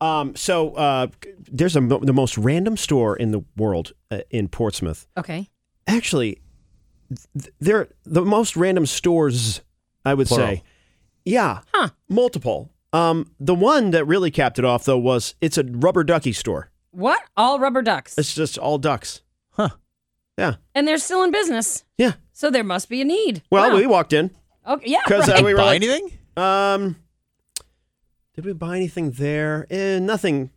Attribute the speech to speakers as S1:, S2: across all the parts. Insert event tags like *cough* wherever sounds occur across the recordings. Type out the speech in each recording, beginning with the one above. S1: Um, so uh, there's a, mo- the most random store in the world uh, in Portsmouth.
S2: Okay.
S1: Actually, th- they're the most random stores, I would
S3: Plural.
S1: say. Yeah.
S2: Huh.
S1: Multiple. Um, the one that really capped it off, though, was it's a rubber ducky store.
S2: What? All rubber ducks.
S1: It's just all ducks.
S3: Huh.
S1: Yeah.
S2: and they're still in business.
S1: Yeah.
S2: So there must be a need.
S1: Well,
S2: Wow.
S1: we walked in
S2: Okay. Yeah.
S1: because
S2: right.
S1: uh, we were
S3: buy
S1: like,
S3: anything?
S1: Um, did we buy anything there? Eh, nothing.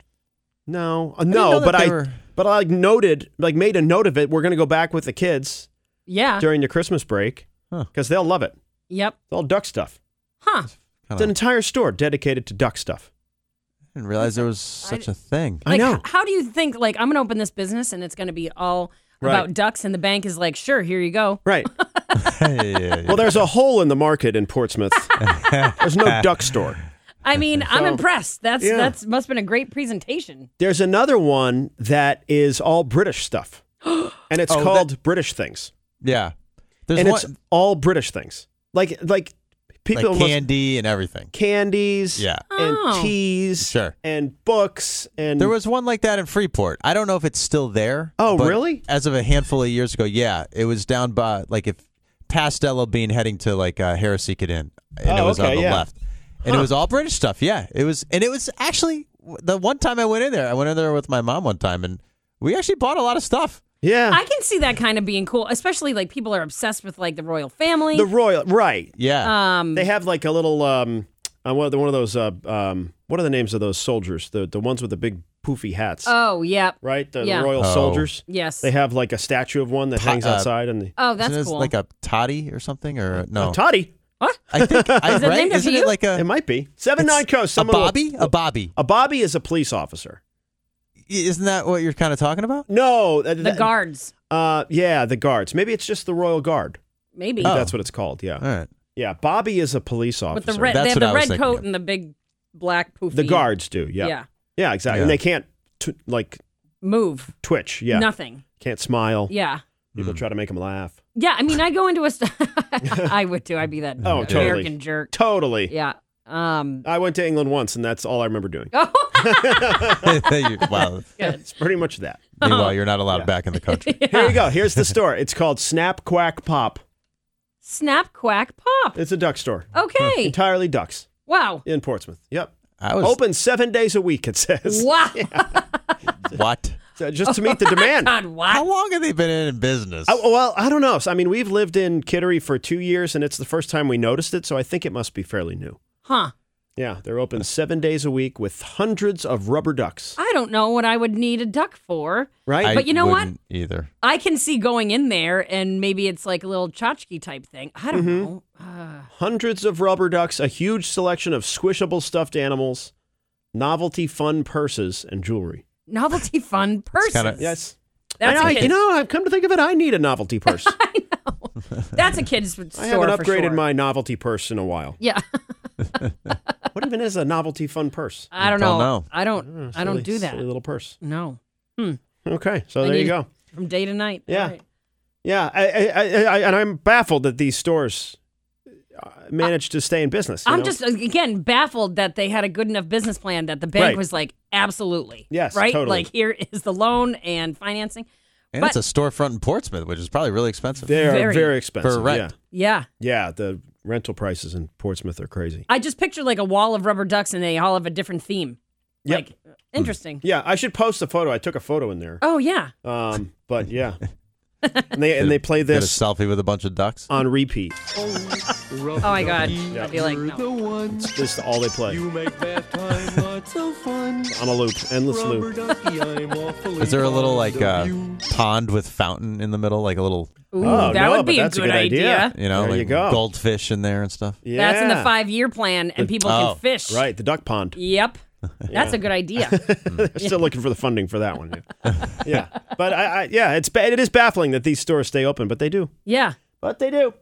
S1: No, Uh,
S3: didn't know
S1: no.
S3: that
S1: But I,
S3: there were-
S1: but I like, noted, like made a note of it. We're gonna go back with the kids
S2: yeah.
S1: during the Christmas break
S3: Huh.
S1: because they'll love it. It's
S2: Yep.
S1: all duck stuff.
S2: Huh.
S3: Kinda-
S1: It's an entire store dedicated to duck stuff.
S3: didn't realize there was such
S1: *laughs*
S3: a thing.
S1: I
S2: Like,
S1: know.
S3: *laughs*
S2: h- How do you think? Like, I'm gonna open this business, and it's gonna be all
S1: Right.
S2: about ducks, and the bank is like, sure, here you go.
S1: Right.
S3: Yeah, yeah, yeah, yeah.
S1: Well, there's a hole in the market in
S3: *laughs*
S1: Portsmouth. there's no duck store. *laughs*
S2: I mean, I'm
S1: So-
S2: impressed. That's
S1: Yeah.
S2: that's must have been a
S1: *laughs*
S2: great presentation.
S1: There's another one that is all British
S3: *gasps*
S1: stuff, and it's
S3: Oh, that-
S1: called British Things,
S3: yeah. There's
S1: and
S3: one,
S1: it's all British things. Like like people Mm.
S3: like
S1: must-
S3: candy and everything.
S1: candies
S3: Yeah.
S1: and
S2: Oh.
S1: teas
S3: Sure.
S1: and books and
S3: There was one like that in Freeport. I don't know if it's still there.
S1: Oh,
S3: but
S1: really?
S3: As of a handful of years ago, yeah, it was down by like if past LL Bean heading to like uh, Harrisicot Inn, and it
S1: Oh,
S3: was on
S1: okay,
S3: the
S1: yeah.
S3: left, and it was all British stuff. Yeah, it was, and it was actually the one time I went in there. I went in there with my mom one time, and we actually bought a lot of stuff.
S1: yeah
S2: I can see that kind of being cool, especially like people are obsessed with like the royal family.
S1: the royal right
S3: Yeah,
S2: um,
S1: they have like a little um uh, one of the one of those uh, um what are the names of those soldiers the the ones with the big poofy hats
S2: oh yeah,
S1: right the
S2: yeah.
S1: royal
S3: Oh.
S1: soldiers
S2: yes.
S1: they have like a statue of one that
S3: Ti-
S1: hangs
S3: uh,
S1: outside and the
S2: oh,
S3: Isn't
S2: that's
S3: this
S2: cool.
S3: Like a toddy or something, or no?
S1: A toddy
S2: *laughs*
S3: I think I,
S2: Is it
S3: right?
S2: named after
S3: Isn't
S2: you?
S3: it like
S1: it
S3: a,
S1: might be seven nine coast
S3: a
S1: someone will-
S3: bobby? A bobby?
S1: a bobby is a police officer
S3: Isn't that what you're kind of talking about?
S1: no that-
S2: the
S1: that-
S2: guards,
S1: uh yeah the guards maybe it's just the royal guard
S2: maybe.
S3: Oh.
S1: that's what it's called yeah
S3: All right. *laughs*
S1: yeah bobby is a police officer
S2: With the red,
S3: That's
S2: they have
S3: what
S2: the
S3: I was
S2: red
S3: thinking
S2: coat
S3: of.
S2: and the big black poofy.
S1: The guards do, yeah.
S2: Yeah.
S1: Yeah, exactly.
S3: Yeah.
S1: And they can't t- like
S2: Move.
S1: twitch, yeah.
S2: Nothing.
S1: Can't smile.
S2: Yeah.
S1: People
S3: Hmm.
S1: try to make them laugh.
S2: Yeah. I mean, I go into a. St- *laughs* I would too. I'd be that
S1: Oh, totally.
S2: American jerk.
S1: Totally.
S2: Yeah.
S1: *laughs*
S2: Um. *laughs*
S1: I went to England once, and that's all I remember doing.
S2: Oh,
S3: You- wow.
S2: good.
S1: It's pretty much that.
S3: Meanwhile, you're not allowed back in
S1: *laughs*
S3: the country.
S1: Here you go. Here's the store. It's called Snap Quack Pop.
S2: Snap, quack, pop.
S1: It's a duck store, *laughs*
S2: Oh, Okay.
S1: entirely ducks
S2: Wow.
S1: in Portsmouth. Yep.
S3: I was
S1: Open seven days a week. It says
S2: Wow.
S3: what?
S1: So just to meet the demand.
S2: *laughs* God,
S3: How
S2: wow.
S3: long have they been in business?
S1: I- well, I don't know. So, I mean, we've lived in Kittery for two years, and it's the first time we noticed it. So I think it must be fairly new.
S2: Huh.
S1: Yeah, they're open seven days a week with hundreds of rubber ducks.
S2: I don't know what I would need a duck for.
S1: Right?
S3: I
S2: But you know what?
S3: wouldn't Either
S2: I can see going in there and maybe it's like a little tchotchke type thing. I don't
S1: Mm-hmm.
S2: know. Uh,
S1: hundreds of rubber ducks, a huge selection of squishable stuffed animals, novelty fun purses, and jewelry.
S2: novelty *laughs* fun person.
S3: kinda-
S1: Yes.
S2: That's
S1: And I-
S2: a kid.
S1: you know, I've come to think of it, I need a
S2: *laughs*
S1: novelty purse.
S2: That's a kid's store.
S1: I haven't
S2: for
S1: upgraded
S2: sure.
S1: my novelty purse in a while.
S2: Yeah, *laughs*
S1: What even is a novelty fun purse?
S2: I don't know.
S3: Don't know.
S2: I don't. I
S1: Mm,
S2: don't
S1: Silly-
S2: do that.
S1: Silly little purse.
S2: No,
S1: Okay, so
S2: I
S1: there you
S2: need-
S1: go.
S2: from day to night.
S1: Yeah.
S2: All right.
S1: Yeah, I, I, I, I, and I'm baffled that these stores uh, manage to stay in business. you
S2: I'm
S1: know?
S2: just again baffled that they had a good enough business plan that the bank
S1: Right.
S2: was like, absolutely,
S1: Yes,
S2: right.
S1: totally.
S2: Like here is the loan and financing.
S3: and
S2: But-
S3: it's a storefront in Portsmouth, which is probably really expensive.
S1: they are
S2: very-
S1: very, expensive.
S3: For rent.
S1: Yeah.
S2: Yeah,
S1: Yeah, the rental prices in Portsmouth are crazy.
S2: I just pictured like a wall of rubber ducks and they all have a different theme.
S1: Yep. Hmm.
S2: Like interesting.
S1: Yeah, I should post a photo. I took a photo in there.
S2: Oh yeah.
S1: Um,
S2: *laughs*
S1: but yeah, and they and they play
S3: Get a
S1: this
S3: selfie with a bunch of ducks.
S1: on repeat.
S2: Oh my god. I'd be like, no.
S1: It's just all they play
S4: You make bath time lots of fun.
S1: on a loop, endless
S4: Rubber
S1: loop.
S4: ducky, I'm awfully
S3: Is there a little
S4: fond
S3: like
S4: of
S3: uh,
S4: you.
S3: pond with fountain in the middle, like a little
S2: Ooh,
S1: Oh,
S2: that
S1: no,
S2: would
S1: but
S2: be a
S1: that's
S2: good, idea.
S3: you know
S1: There
S3: like
S1: you go.
S3: goldfish in there and stuff?
S1: Yeah,
S2: That's in the five-year plan, and people
S3: Oh,
S2: can fish.
S1: Right, the duck pond.
S2: Yep. That's a good
S1: *laughs*
S2: idea.
S1: They're still looking for the funding for that one. *laughs* Yeah, yeah. but I, I, yeah, it's ba- it is baffling that these stores stay open, but they do.
S2: Yeah.
S1: But they do.